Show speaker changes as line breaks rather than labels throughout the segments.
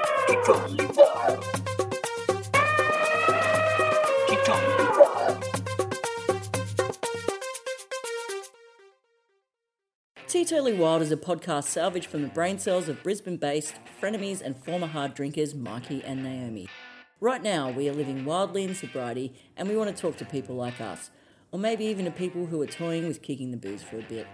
Totally wild. She totally wild.
Teetotally Wild is a podcast salvaged from the brain cells of Brisbane based frenemies and former hard drinkers Mikey and Naomi. Right now, we are living wildly in sobriety and we want to talk to people like us, or maybe even to people who are toying with kicking the booze for a bit.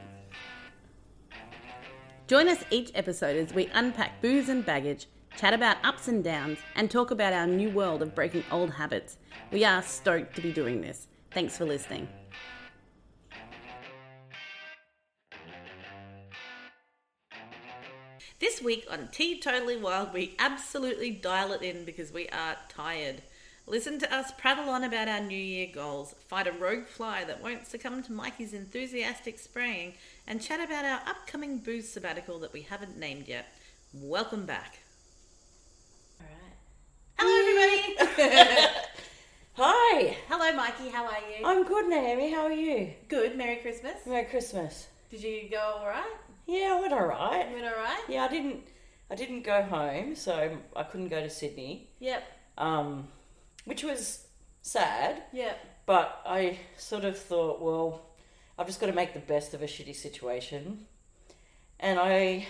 Join us each episode as we unpack booze and baggage, chat about ups and downs, and talk about our new world of breaking old habits. We are stoked to be doing this. Thanks for listening. This week on Teetotally Wild, we absolutely dial it in because we are tired. Listen to us prattle on about our New Year goals, fight a rogue fly that won't succumb to Mikey's enthusiastic spraying, and chat about our upcoming booze sabbatical that we haven't named yet. Welcome back. All right. Hello, everybody.
Hi!
Hello, Mikey. How are you?
I'm good, Naomi. How are you?
Good. Merry Christmas.
Merry Christmas.
Did you go all right?
Yeah, I went alright.
You went all right?
Yeah, I didn't. I didn't go home, so I couldn't go to Sydney,
Yep.
um, which was sad.
Yep.
But I sort of thought, well, I've just got to make the best of a shitty situation, and I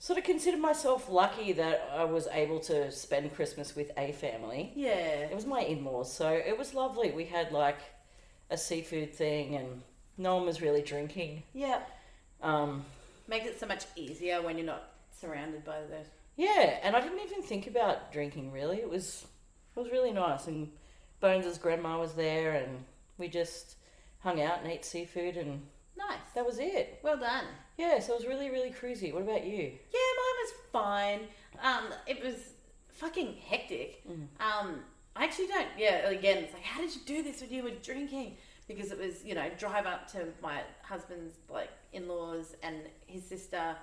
sort of considered myself lucky that I was able to spend Christmas with a family.
Yeah.
It was my in-laws, so it was lovely. We had like a seafood thing, and no one was really drinking.
Yep.
Um,
Makes it so much easier when you're not surrounded by those.
Yeah, and I didn't even think about drinking really. It was it was really nice and Bones' grandma was there and we just hung out and ate seafood and
Nice.
that was it.
Well done.
Yeah, so it was really, really cruisy. What about you?
Yeah, mine was fine. Um, it was fucking hectic.
Mm-hmm.
Um, I actually don't. Yeah, again, it's like, how did you do this when you were drinking? Because it was, you know, drive up to my husband's like in-laws and his sister,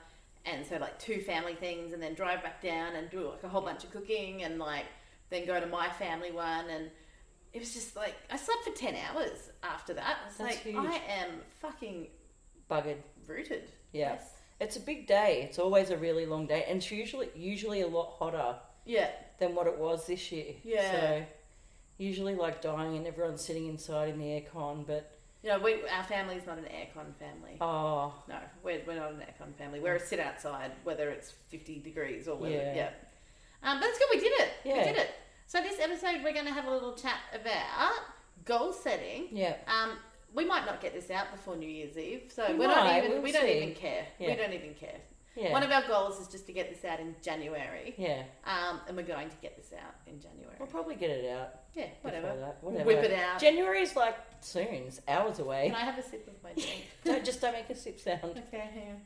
and so like two family things, and then drive back down and do like a whole bunch of cooking, and like then go to my family one, and it was just like I slept for ten hours after that. I was
That's
like,
huge.
I am fucking
Buggered.
rooted.
Yeah.
Yes.
It's a big day. It's always a really long day and it's usually usually a lot hotter
Yeah.
than what it was this year.
Yeah.
So usually like dying and everyone's sitting inside in the aircon, but
You know, we, our family's not an aircon family.
oh
No, we're, we're not an aircon family. We're a sit outside, whether it's 50 degrees or whether,
Yeah.
yeah. Um, but it's good, we did it. We
Yeah.
did it. So this episode, we're going to have a little chat about goal setting.
yeah.
Um, we might not get this out before New Year's Eve, so
We
we are not
might,
even,
we'll
we don't
see.
even care.
Yeah.
We don't even care.
Yeah.
One of our goals is just to get this out in January,
yeah.
um, and we're going to get this out in January.
We'll probably get it out.
Yeah,
Before
whatever.
that, whatever.
Whip it out.
January is like soon. It's hours away.
Can I have a sip of my drink?
don't, just don't make a sip sound.
okay, hang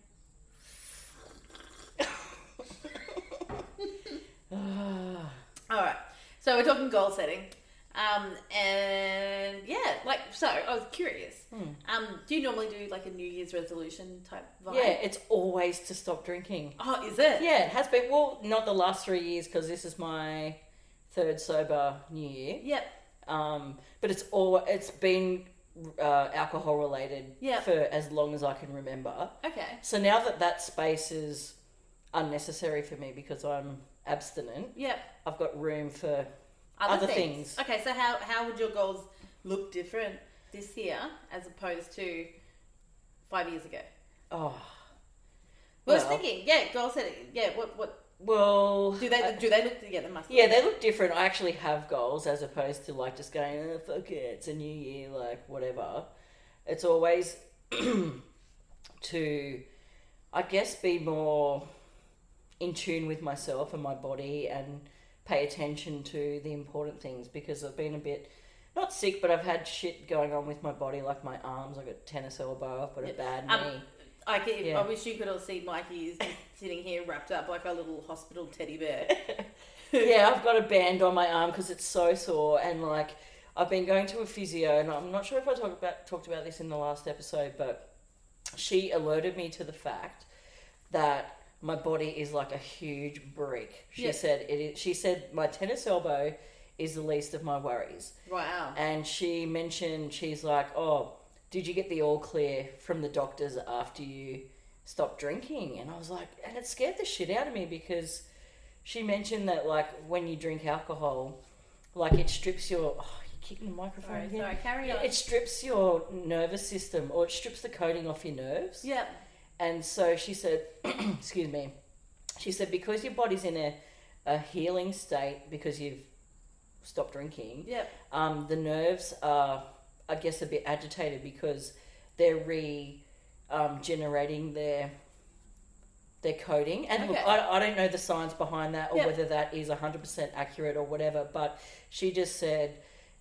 on.
Ah,
All right. So we're talking goal setting. Um, and yeah, like, so I was curious.
Hmm.
Um, do you normally do like a New Year's resolution type vibe?
yeah, it's always to stop drinking.
Oh, is it?
Yeah, it has been. Well, not the last three years because this is my third sober New Year.
Yep.
Um, but it's all it's been uh, alcohol related
Yeah.
for as long as I can remember.
Okay.
So now that that space is unnecessary for me because I'm abstinent,
Yep.
I've got room for Other things.
Okay. So how, how would your goals look different this year as opposed to five years ago?
oh
Well, I was
Well-
thinking, yeah, goal setting. Yeah. What, what,
well.
do they,
I-
do they look together? Must
Uh, Yeah, they look different. I actually have goals as opposed to like just going, oh, fuck it, it's a new year, like whatever. It's always to, I guess, be more in tune with myself and my body and pay attention to the important things because I've been a bit, not sick, but I've had shit going on with my body, like my arms. I've got tennis elbow, I've got a bad knee.
Um, I, could,
Yeah.
I wish you could all see Mikey is just sitting here wrapped up like a little hospital teddy bear.
yeah, I've got a band on my arm because it's so sore, and like I've been going to a physio, and I'm not sure if I talked about talked about this in the last episode, but she alerted me to the fact that my body is like a huge brick. She
Yeah.
said it. Is, she said my tennis elbow is the least of my worries,
Wow.
and she mentioned she's like, oh, did you get the all clear from the doctors after you stopped drinking? And I was like, and it scared the shit out of me because she mentioned that like when you drink alcohol, like it strips your. Oh, you're kicking the microphone
Sorry,
again.
sorry, carry on.
It strips your nervous system, or it strips the coating off your nerves.
yeah,
And so she said, excuse me, she said, because your body's in a, a healing state because you've stopped drinking,
yeah,
um, the nerves are, I guess, a bit agitated because they're re um, generating their their coding. And look,
Okay.
I, I don't know the science behind that or
Yep.
whether that is 100% accurate or whatever, but she just said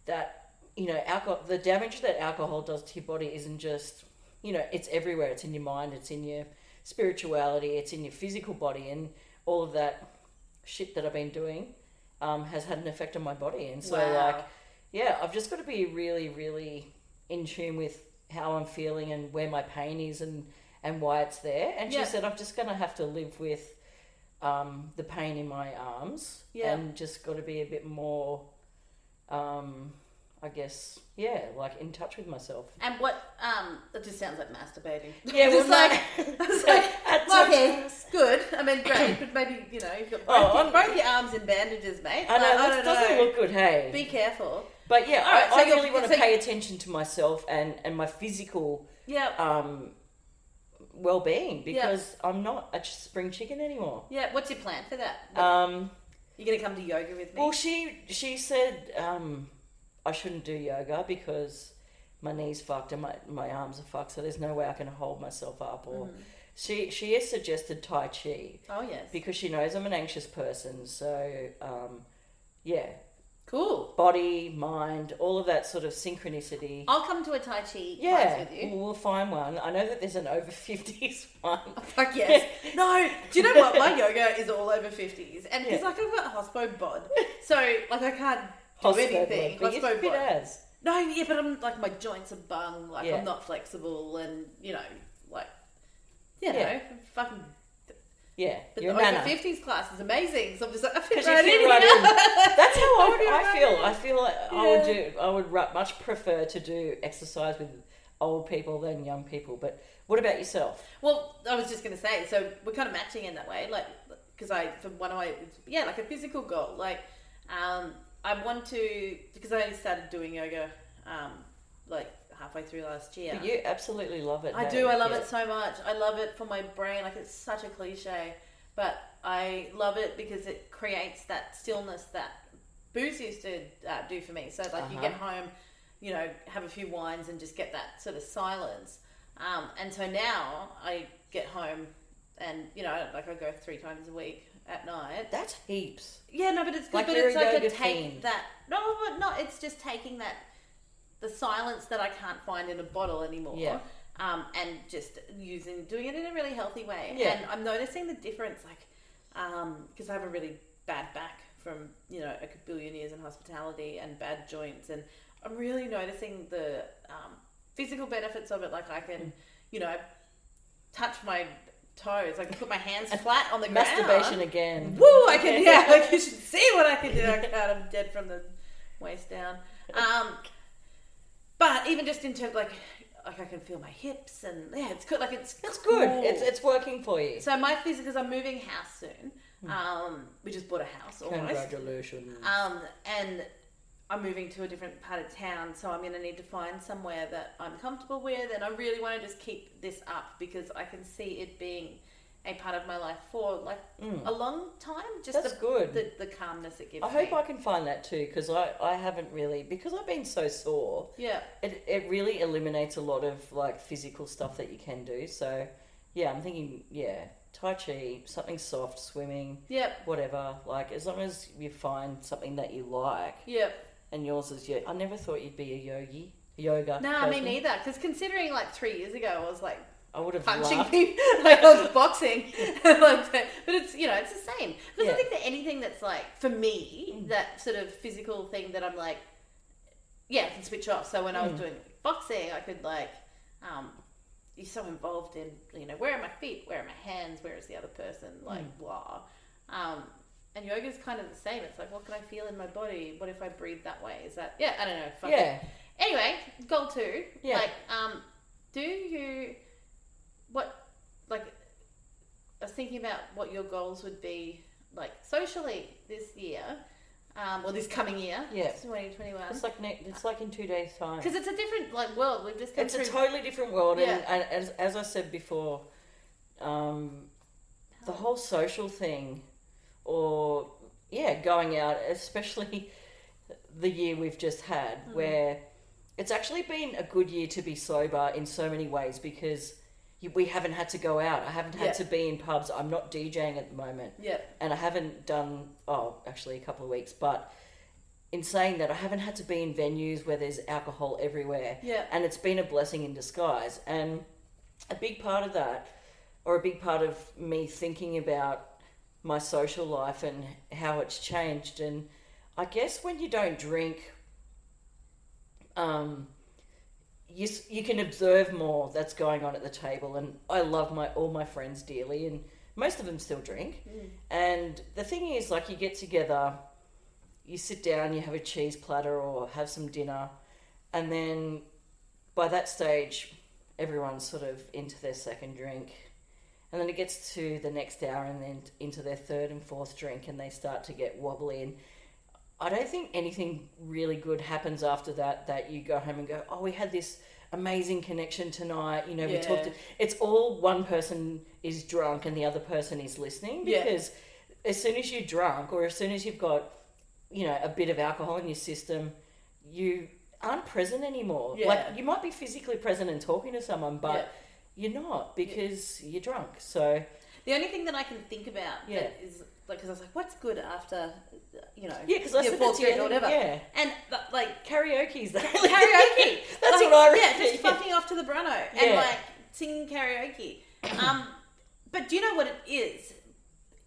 that, you know, alcohol, the damage that alcohol does to your body isn't just, you know, it's everywhere. It's in your mind, it's in your spirituality, it's in your physical body, and all of that shit that I've been doing um, has had an effect on my body. And so,
Wow.
like, yeah, I've just got to be really, really in tune with how I'm feeling and where my pain is and, and why it's there. And
Yeah.
she said, I'm just going to have to live with um, the pain in my arms
Yeah.
and just got to be a bit more, um, I guess, yeah, like in touch with myself.
And what? Um, that just sounds like masturbating.
Yeah,
Just
well,
like,
no.
it's like
At
well,
times-
okay, good. I mean, great, but maybe you know you've got both,
Oh,
your,
I'm-
both your arms in bandages, mate.
I know,
Like,
that
I don't
doesn't
know.
look good, hey?
Be careful.
But yeah,
All right,
I,
so
I
you're-
really want to
so you-
pay attention to myself and, and my physical
Yeah,
um, well being because I'm not a ch- spring chicken anymore.
yeah. What's your plan for that?
Um,
You're gonna come to yoga with me?
well, she she said um, I shouldn't do yoga because my knees fucked and my, my arms are fucked, so there's no way I can hold myself up. Or
Mm-hmm.
she she has suggested tai chi
oh yes.
because she knows I'm an anxious person. So um, yeah,
cool.
body, mind, all of that sort of synchronicity.
I'll come to a tai chi
Yeah,
class with you.
we'll we'll find one. I know that there's an over 50s one.
Fuck yes. No, do you know what? My yoga is all over 50s. And it's
Yeah.
like I've got hospo bod. So, like, I can't do
Hospo
anything.
bod, but you're
Hospo
fit
bod.
as.
No, yeah, but I'm like, my joints are bung. Like,
Yeah.
I'm not flexible. And, you know, like, you know,
Yeah.
fucking.
Yeah,
But
you're a
the over
nana.
50s class is amazing. So I'm just like, I fit
Because
right
you
in
fit right
here.
in. That's how
I feel
I, I
right
feel.
in.
I feel like I would
Yeah.
do. I would ru- much prefer to do exercise with old people than young people. But what about yourself?
Well, I was just going to say, so we're kind of matching in that way, like because I for one of my yeah, like a physical goal, like um, I want to because I only started doing yoga um, like halfway through last year.
But you absolutely love it.
I
hey?
do. I love
Yeah.
it so much. I love it for my brain. Like it's such a cliche, but I love it because it creates that stillness that booze used to uh, do for me. So like you
Uh-huh.
get home, you know, have a few wines and just get that sort of silence. Um, and so now I get home, and you know, like I go three times a week at night.
That's heaps.
Yeah, no, but it's good.
Like
but
you're
it's
a
like a
yoga
take
fiend.
that. No, but not. It's just taking that the silence that I can't find in a bottle anymore.
Yeah.
Um, and just using doing it in a really healthy way.
Yeah.
And I'm noticing the difference, like, because I have a really bad back from you know a billion years in hospitality and bad joints, and I'm really noticing the um, physical benefits of it. Like I can, you know, touch my toes. I can put my hands flat on the ground.
Masturbation again.
Woo! I can yeah, like you should see what I can do. I can't, I'm dead from the waist down. Um, but even just in terms like like I can feel my hips and yeah, it's good. Like it's
That's good.
cool.
It's it's working for you.
so my physical because I'm moving house soon. Um, we just bought a house almost.
Congratulations.
Um, and I'm moving to a different part of town, so I'm going to need to find somewhere that I'm comfortable with, and I really want to just keep this up because I can see it being a part of my life for like a long time. Just
Mm. That's
the,
good.
The, the calmness it gives.
I hope
me.
I can find that too because I, I haven't really because I've been so sore.
Yeah.
It, it really eliminates a lot of like physical stuff that you can do. So yeah, I'm thinking yeah, tai chi, something soft, swimming,
Yep.
whatever. Like as long as you find something that you like,
Yep.
and yours is your. I never thought you'd be a yogi, yoga.
No,
person.
me neither. Because considering like three years ago, I was like
I would have
punching
laughed.
people, like I was boxing. like, that. but it's you know it's the same. But
Yeah. Mm.
I think that anything that's like for me that sort of physical thing that I'm like, yeah, I can switch off. So when I
Mm.
was doing boxing, I could like, um, you're so involved in you know where are my feet, where are my hands, where is the other person,
Mm.
like blah. Um, and yoga's kind of the same. It's like, what can I feel in my body? What if I breathe that way? Is that yeah? I don't know. Fuck it.
Yeah,
Anyway, goal two.
Yeah.
Like, um, do you what like I was thinking about what your goals would be like socially this year, um, or this coming year,
Yeah.
twenty twenty one,
It's like ne- it's like in two days' time.
because it's a different like world. We've just come
It's
through.
a totally different world, and,
Yeah.
and as as I said before, um, the whole social thing, or yeah, going out, especially the year we've just had,
Mm-hmm.
where it's actually been a good year to be sober in so many ways because. you- We haven't had to go out. I haven't had to
Yeah.
be in pubs. I'm not DJing at the moment
yeah,
and I haven't done oh actually a couple of weeks, but in saying that I haven't had to be in venues where there's alcohol everywhere.
Yeah.
And it's been a blessing in disguise. And a big part of that or a big part of me thinking about my social life and how it's changed and I guess when you don't drink um you, s- you can observe more that's going on at the table and I love my all my friends dearly and most of them still drink and the thing is like you get together you sit down you have a cheese platter or have some dinner and then by that stage everyone's sort of into their second drink and then it gets to the next hour and then into their third and fourth drink and they start to get wobbly and I don't think anything really good happens after that that you go home and go, Oh, we had this amazing connection tonight, you know, we
Yeah.
talked it's all one person is drunk and the other person is listening
Yeah.
because as soon as you're drunk or as soon as you've got, you know, a bit of alcohol in your system, you aren't present anymore.
Yeah.
Like you might be physically present and talking to someone, but
Yeah.
you're not because you're drunk. So
The only thing that I can think about
Yeah.
that is like, because I was like, what's good after, you know,
yeah, because I
your
said
fourth
that's
grade
the
or
other-
whatever,
Yeah,
and th- like
karaoke's the
karaoke.
That's
Like,
what I
Yeah,
reckon.
just fucking off to the Bruno and
Yeah.
like singing karaoke. Um, but do you know what it is?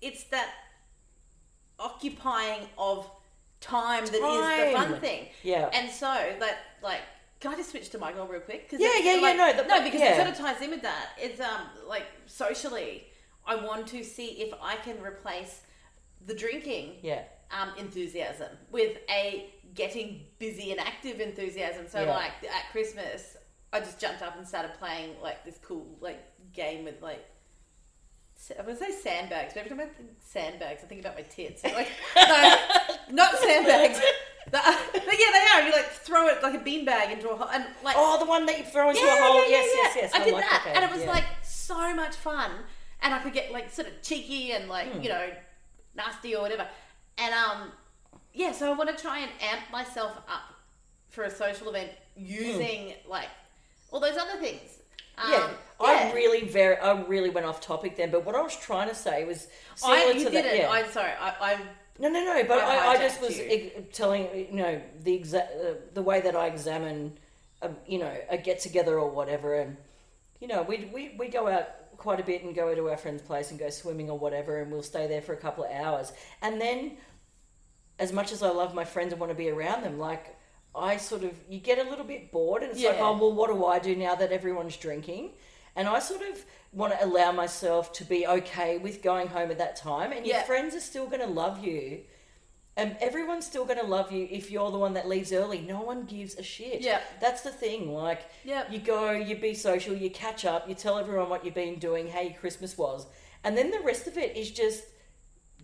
It's that occupying of time, that is the fun
Time.
thing.
Yeah.
And so that like. Can I just switch to my goal real quick? 'Cause
Yeah,
it's,
yeah, yeah,
like-
no, the-
no, because it
yeah.
sort of ties in with that. It's um like socially, I want to see if I can replace the drinking
yeah,
um, enthusiasm with a getting busy and active enthusiasm. So
Yeah.
like at Christmas, I just jumped up and started playing like this cool like game with like. sa- I would say sandbags, but every time I think sandbags, I think about my tits. Like, no, not sandbags. But, uh, but yeah, they are. You like throw it like a beanbag into a hole, and like
Oh, the one that you throw into a hole. yes, yes, yes.
I did
like
that,
game,
and it was
yeah.
like so much fun, and I could get like sort of cheeky and like
Hmm.
you know nasty or whatever, and um yeah. So I want to try and amp myself up for a social event using like all those other things. Um,
Hmm. Yeah, I
yeah.
really very, I really went off topic then. But what I was trying to say was similar
I,
to
you
that.
did it.
yeah.
I'm sorry. I, I
No, no, no. But
I
I, I just
hijacked
was
you.
ex- telling you know the exact uh, the way that I examine, a, you know, a get together or whatever, and you know, we we we go out quite a bit and go to our friend's place and go swimming or whatever, and we'll stay there for a couple of hours, and then, as much as I love my friends and want to be around them, like. I sort of you get a little bit bored and it's like
Yeah.
oh well what do I do now that everyone's drinking and I sort of want to allow myself to be okay with going home at that time and
Yeah.
your friends are still going to love you and everyone's still going to love you if you're the one that leaves early. No one gives a shit.
Yeah.
That's the thing. Like,
Yeah.
you go, you be social, you catch up, you tell everyone what you've been doing, how your Christmas was. And then the rest of it is just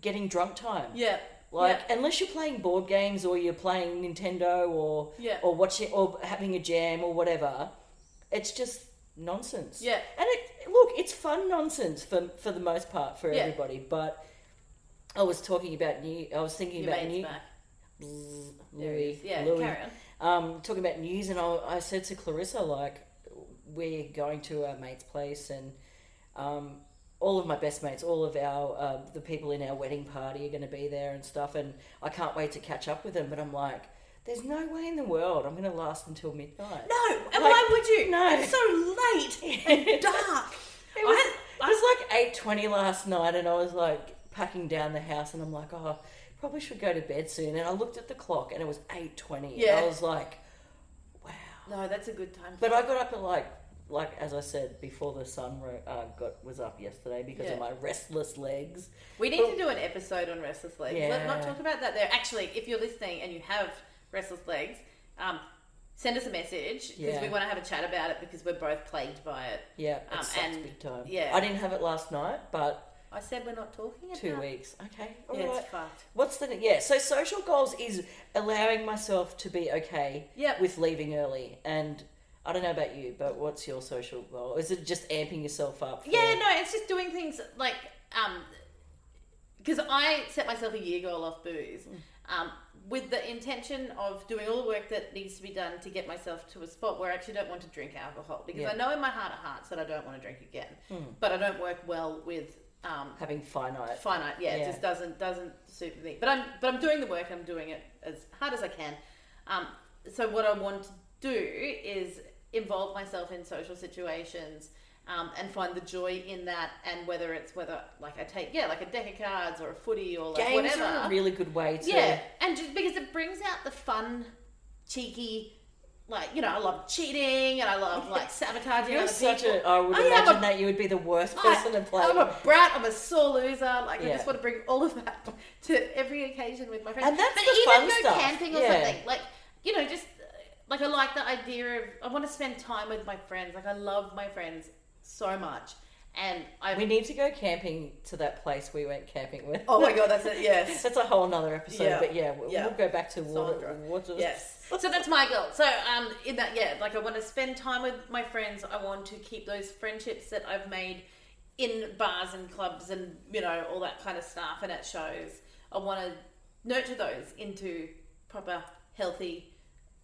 getting drunk time.
yeah.
Like,
yeah.
unless you're playing board games or you're playing Nintendo or,
Yeah.
or watching or having a jam or whatever, it's just nonsense.
Yeah.
And it, look, it's fun nonsense for, for the most part for
Yeah.
everybody, but. I was talking about new. I was thinking
Your
about
mate's
new.
back. There he
Louis,
is. Yeah,
Louis.
carry on.
Um, talking about news, and I, I said to Clarissa, like, we're going to our mate's place, and um, all of my best mates, all of our uh, the people in our wedding party are going to be there and stuff, and I can't wait to catch up with them. But I'm like, there's no way in the world I'm going to last until midnight.
No,
Like,
and why would you?
no.
It's so late and dark.
It was,
I-
it was like eight twenty last night, and I was like packing down the house, and I'm like, oh, probably should go to bed soon. And I looked at the clock, and it was eight twenty.
Yeah.
I was like, wow.
No, that's a good time.
But I got up at like, like as I said before, the sun ro- uh, got was up yesterday because
Yeah.
of my restless legs.
We need to do an episode on restless legs. Let's not
Yeah.
talk about that there. Actually, if you're listening and you have restless legs, um, send us a message because
Yeah.
we want to have a chat about it because we're both plagued by it.
Yeah, it
Um,
sucks
and-
big time.
yeah.
I didn't have it last night, but
I said we're not talking about.
Two weeks. Okay. all
Yeah,
right.
it's fucked.
What's the yeah? So social goals is allowing myself to be okay
Yep.
with leaving early, and I don't know about you, but what's your social goal? Is it just amping yourself up? for-
Yeah, no, it's just doing things like um, because I set myself a year goal off booze,
Mm.
um, with the intention of doing all the work that needs to be done to get myself to a spot where I actually don't want to drink alcohol because
Yeah. Hmm.
I know in my heart of hearts that I don't want to drink again, but I don't work well with um,
having finite.
finite. Yeah,
Yeah.
it just doesn't doesn't suit me. But I'm but I'm doing the work. I'm doing it as hard as I can. Um, so what I want to do is involve myself in social situations. Um, and find the joy in that, and whether it's whether like I take yeah like a deck of cards or a footy or like
Games
whatever,
are a really good way to.
yeah, and just because it brings out the fun, cheeky, like you know I love cheating and I love like sabotaging.
You're
other
such
people.
a. I would
I am
imagine
a-
that you would be the worst person to play.
I'm a brat. I'm a sore loser. Like I
Yeah.
just want to bring all of that to every occasion with my friends.
And that's
but
the
even
fun
go
stuff,
camping or
yeah.
something. Like you know, just uh, like I like the idea of I want to spend time with my friends. Like I love my friends so much, and I.
we need to go camping to that place we went camping with.
oh my god, that's it. Yes.
That's a whole nother episode,
Yeah.
but yeah, we'll,
Yeah.
we'll go back to what,
Sandra.
what was-
Yes. So that's my goal. So um, in that yeah, like I want to spend time with my friends. I want to keep those friendships that I've made in bars and clubs and you know all that kind of stuff and at shows. I want to nurture those into proper, healthy,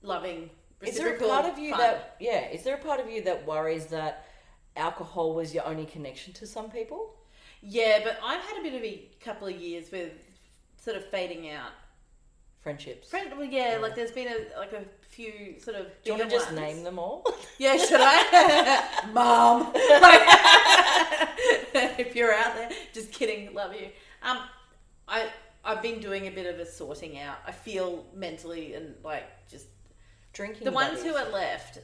loving.
Is there a
reciprocal
part of you
fun.
that yeah? Is there a part of you that worries that alcohol was your only connection to some people?
Yeah, but I've had a bit of a couple of years with sort of fading out.
Friendships.
Friend, well, yeah, like there's been a like a few sort of.
Mm. Do you want to
bigger
just
ones.
name them all?
Yeah, should I? Mom. Like, if you're out there, just kidding, love you. Um, I I've been doing a bit of a sorting out. I feel mentally and like just
Drinking.
the ones who
buddies.
are left.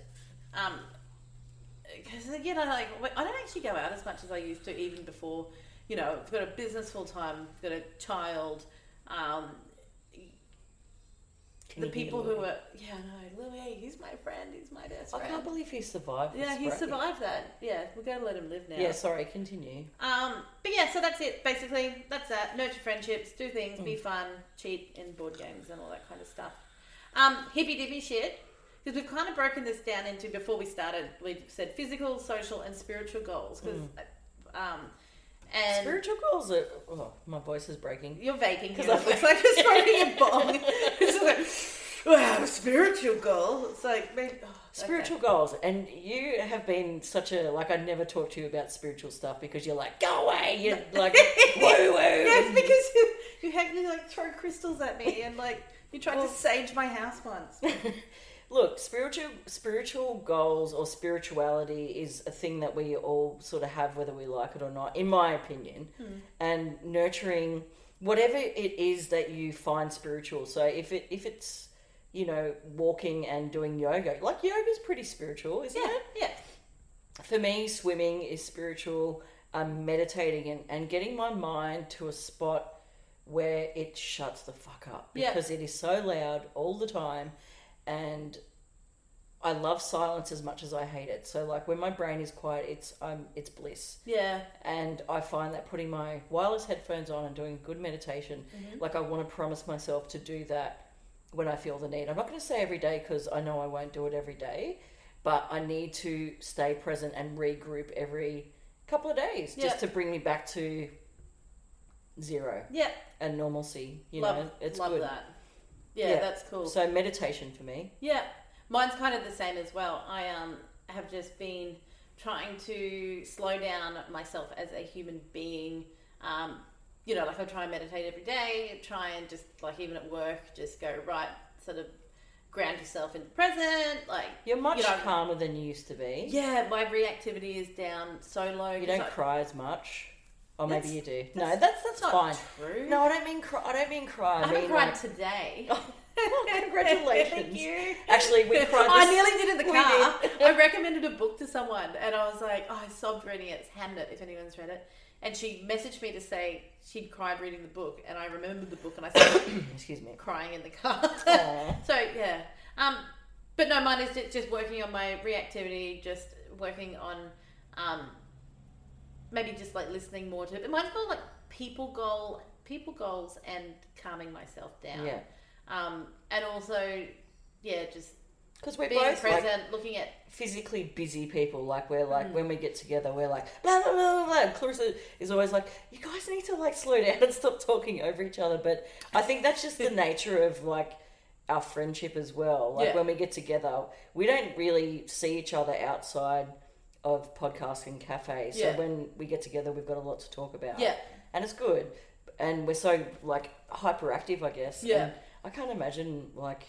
Um, because again, I like I don't actually go out as much as I used to, even before. You know, I've got a business full time, I've got a child. Um,
Can
the
you hear
people
Louis?
who are yeah, no, Louis, he's my friend, he's my best
I can't
friend.
believe he survived.
Yeah,
this
he
break.
survived that. Yeah, we're going to let him live now.
Yeah, sorry. Continue.
Um, but yeah, so that's it. Basically, that's that. Nurture friendships, do things, be
Mm.
fun, cheat in board games and all that kind of stuff. Um, hippy dippy shit. Because we've kind of broken this down into before we started. We said physical, social, and spiritual goals. 'cause,
Mm.
um, and
Spiritual goals are. Oh, my voice is breaking.
you're vaping because
Yeah.
it looks like you're smoking a bong. it's just like, wow, spiritual goal. It's like maybe, oh, okay.
Spiritual goals, and you have been such a like. I never talk to you about spiritual stuff because you're like, go away. You're like, woo woo.
Yes, because you, you had me like throw crystals at me and like you tried
Well-
to sage my house once.
Look, spiritual spiritual goals or spirituality is a thing that we all sort of have, whether we like it or not, in my opinion.
Hmm.
And nurturing whatever it is that you find spiritual. So if it if it's you know walking and doing yoga, like yoga's pretty spiritual, isn't
Yeah,
it?
yeah.
For me, swimming is spiritual. Um, meditating and, and getting my mind to a spot where it shuts the fuck up
Yeah.
because it is so loud all the time and I love silence as much as I hate it. So like when my brain is quiet, it's um it's bliss.
Yeah.
And I find that putting my wireless headphones on and doing good meditation,
Mm-hmm.
like I want to promise myself to do that when I feel the need. I'm not going to say every day because I know I won't do it every day, but I need to stay present and regroup every couple of days
Yeah.
just to bring me back to zero
Yeah.
and normalcy. You
love
know, it's
love
good.
that. Yeah,
Yeah.
that's cool.
So meditation for me.
yeah. Mine's kind of the same as well. I um have just been trying to slow down myself as a human being. Um, you know, like I try and meditate every day, try and just like even at work, just go right, sort of ground yourself in the present, like
You're much
You know-
calmer than you used to be.
Yeah, my reactivity is down so low.
You don't
So-
cry as much, or maybe
That's-
you do.
that's-
no, that's that's
not
fine.
true.
No, I don't mean cry. I don't mean cry.
I
I,
haven't
mean
cried
like- Oh,
today.
congratulations.
Thank you.
Actually, we cried.
I
this-
nearly did in the
we did.
car. I recommended a book to someone, and I was like, "Oh, I sobbed reading it. It's Hamlet. If anyone's read it." And she messaged me to say she'd cried reading the book, and I remembered the book, and I started
Excuse me.
crying in the car.
Aw.
so yeah, um, but no, mine is ju- just working on my reactivity, just working on um, maybe just like listening more to it. But mine's more like people goal, people goals, and calming myself down.
Yeah.
Um, and also, yeah, just
Because we're
being
both like,
present, looking at
physically busy people. Like we're like
Mm.
when we get together, we're like blah blah blah blah. blah. And Clarissa is always like, "You guys need to like slow down and stop talking over each other." But I think that's just the nature of like our friendship as well. Like
Yeah.
when we get together, we don't really see each other outside of podcasting cafe. So
Yeah.
when we get together, we've got a lot to talk about.
Yeah.
and it's good. And we're so like hyperactive, I guess.
Yeah.
And I can't imagine like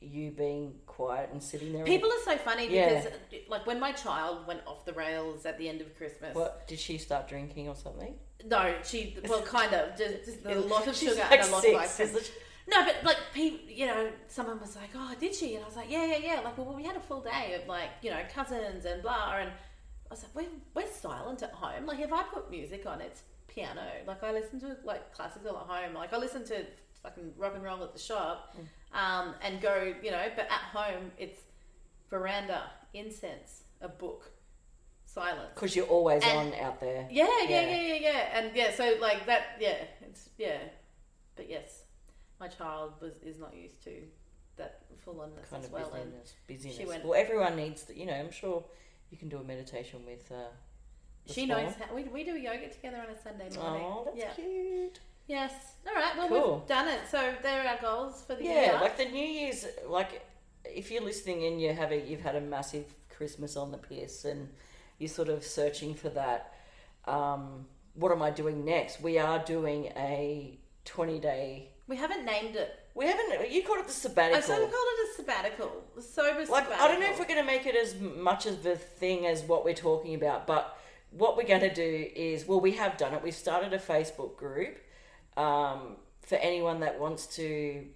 you being quiet and sitting there. and-
people are so funny
Mm. Yeah.
because like when my child went off the rails at the end of Christmas.
What did she start drinking or something?
No, she well, kind of just, just a lot of
She's
sugar
like
and a lot
six,
of ice cream.
isn't she?
No, but like people, you know, someone was like, "Oh, did she?" And I was like, "Yeah, yeah, yeah." Like, well, we had a full day of like, you know, cousins and blah. And I was like, "We're we're silent at home. Like, if I put music on, it's piano. Like, I listen to like classical at home. Like, I listen to fucking rock and roll at the shop, um, and go, you know. But at home, it's veranda, incense, a book, silence.
Because you're always
And-
on out there.
Yeah, yeah,
Yeah.
yeah, yeah, yeah, and yeah. So like that, yeah, it's yeah, but yes, my child was is not used to that full onness
Kind
as
of
well, and
busyness. busyness.
she went-
well, everyone needs to, you know, I'm sure you can do a meditation with. Uh, with
she
Paul.
knows how we, we do yoga together on a Sunday morning.
Oh, that's
yeah.
cute.
Yes. All right. Well,
Cool.
we've done it. So there are our goals for the
Yeah,
year.
like the New Year's, like if you're listening and you have a, you've had a massive Christmas on the piss and you're sort of searching for that. Um, what am I doing next? We are doing a 20 day.
we haven't named it.
We haven't. You called it the sabbatical.
I sort of called it a sabbatical, the sober
like
sabbatical.
I don't know if we're going to make it as much of the thing as what we're talking about, but what we're going to do is well, we have done it. We've started a Facebook group um, for anyone that wants to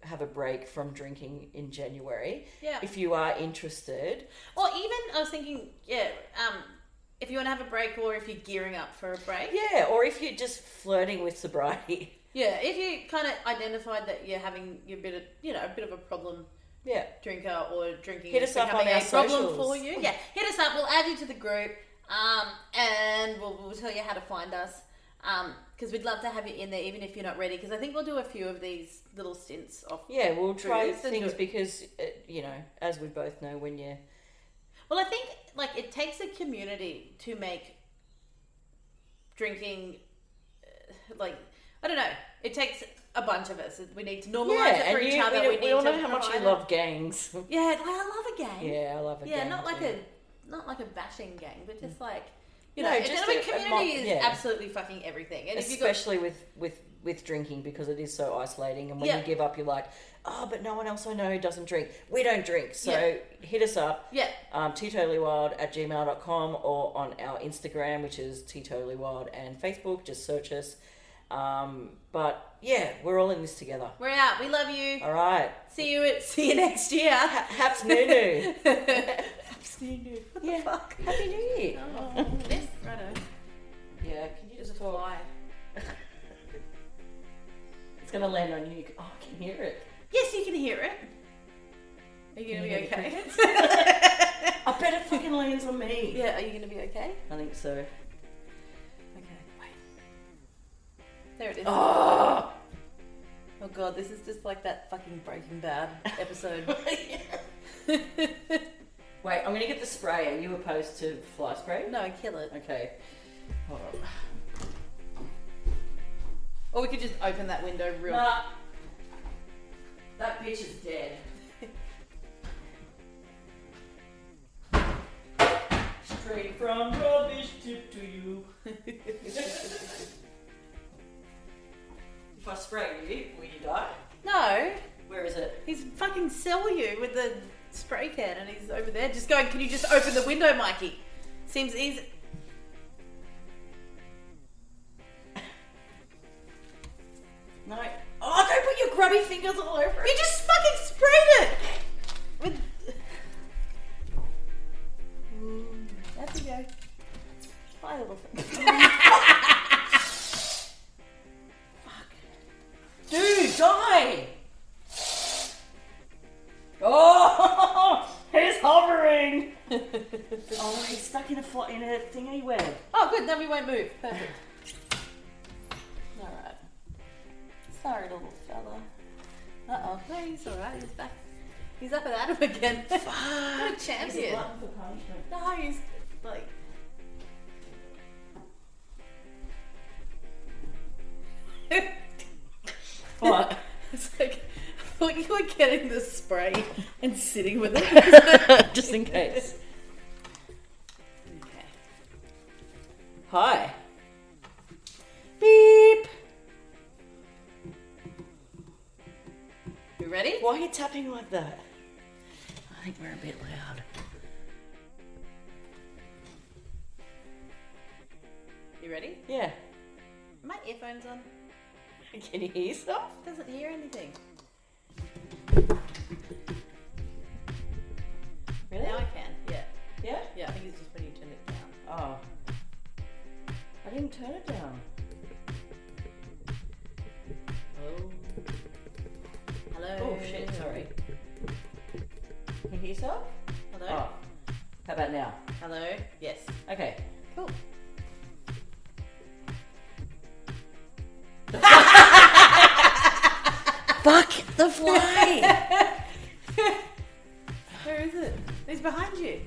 have a break from drinking in January.
Yeah.
If you are interested,
Or even I was thinking, yeah, um, if you want to have a break, or if you're gearing up for a break.
yeah, or if you're just flirting with sobriety,
Yeah, if you kind of identified that you're having you're a bit of you know a bit of a problem
yeah,
drinker or drinking
Hit
is
us up
becoming
on
a
our
problem
socials.
for you, yeah, hit us up. We'll add you to the group, um, and we'll, we'll tell you how to find us because we'd love to have you in there, even if you're not ready. Because I think we'll do a few of these little stints off.
yeah, we'll try
Truth and
things
do-
because uh, you know, as we both know, when you
Well, I think like it takes a community to make drinking uh, like I don't know. It takes a bunch of us. We need to normalize
yeah,
it for
and
each
you,
other.
we,
we,
we
need
all
to
know how much you
provide it.
love gangs.
Yeah, like, I love a gang.
yeah, I love a
Yeah,
gang.
not like
too. Mm.
a not like a bashing gang, but just like you
No,
know, it-
just
I mean,
a- a
community
mo-
is
yeah.
absolutely fucking everything. And if you got
especially with with with drinking because it is so isolating and when
Yeah.
you give up you're like oh but no one else i know doesn't drink we don't drink so
Yeah.
hit us up
yeah,
um, teetotallywild at gmail.com or on our instagram which is teetotallywild and facebook just search us um, but yeah we're all in this together
we're out. We love you.
all right
See you. at- See you next year.
haps new new
Haps new new. What the
Yeah.
fuck?
happy new year
Oh, this righto.
yeah can you
It's a
just talk
fly.
it's gonna land on you oh i can hear it
Yes, you can hear it. Are you gonna
Can
be
you hear
okay?
i bet it fucking lands on me
yeah. Are you gonna be okay?
i think so
Okay. Wait. There it is.
oh
Oh god, this is just like that fucking Breaking Bad episode.
Wait, I'm gonna get the spray. Are you opposed to fly spray?
no, kill it.
Okay. Hold on.
Or we could just open that window real.
Nah. That bitch is dead. Straight from rubbish tip to you. if I spray you, will you die?
No,
Where is it?
he's fucking sell you with the spray can, and he's over there just going. Can you just open the window, Mikey? Seems easy.
No. Oh, don't put your grubby fingers all over it.
You just fucking sprayed it. With.
Mm,
That's a go. Bye, little thing.
Dude, die! Oh, he's hovering!
Oh, he's stuck in a fly, in a thingy web.
Oh, good. Then we won't move. Perfect. all right. Sorry, little fella. Uh oh. No, he's all right. He's back. He's up and at him again. what a champion.
for punishment.
No, he's like.
What?
It's like I thought you were getting the spray and sitting with it.
Just in case.
okay.
Hi. Beep.
You ready?
Why are you tapping like that? I think we're a bit loud.
You ready?
Yeah.
My earphones on.
Can you hear yourself?
Doesn't hear anything.
Really?
Now I can. Yeah.
Yeah.
Yeah. I think it's just when you turn it down.
Oh. I didn't turn it down.
Oh. Hello.
Oh shit, sorry. Can you hear yourself?
Hello.
Oh. How about now?
Hello. Yes.
Okay.
Cool.
Fuck the fly!
Where is it? He's behind you.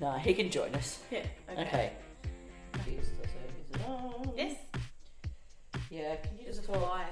no, he can join us.
Yeah. Okay.
Okay. Is it- is it on?
Yes.
Yeah, can you
There's
just
a
talk?
fly.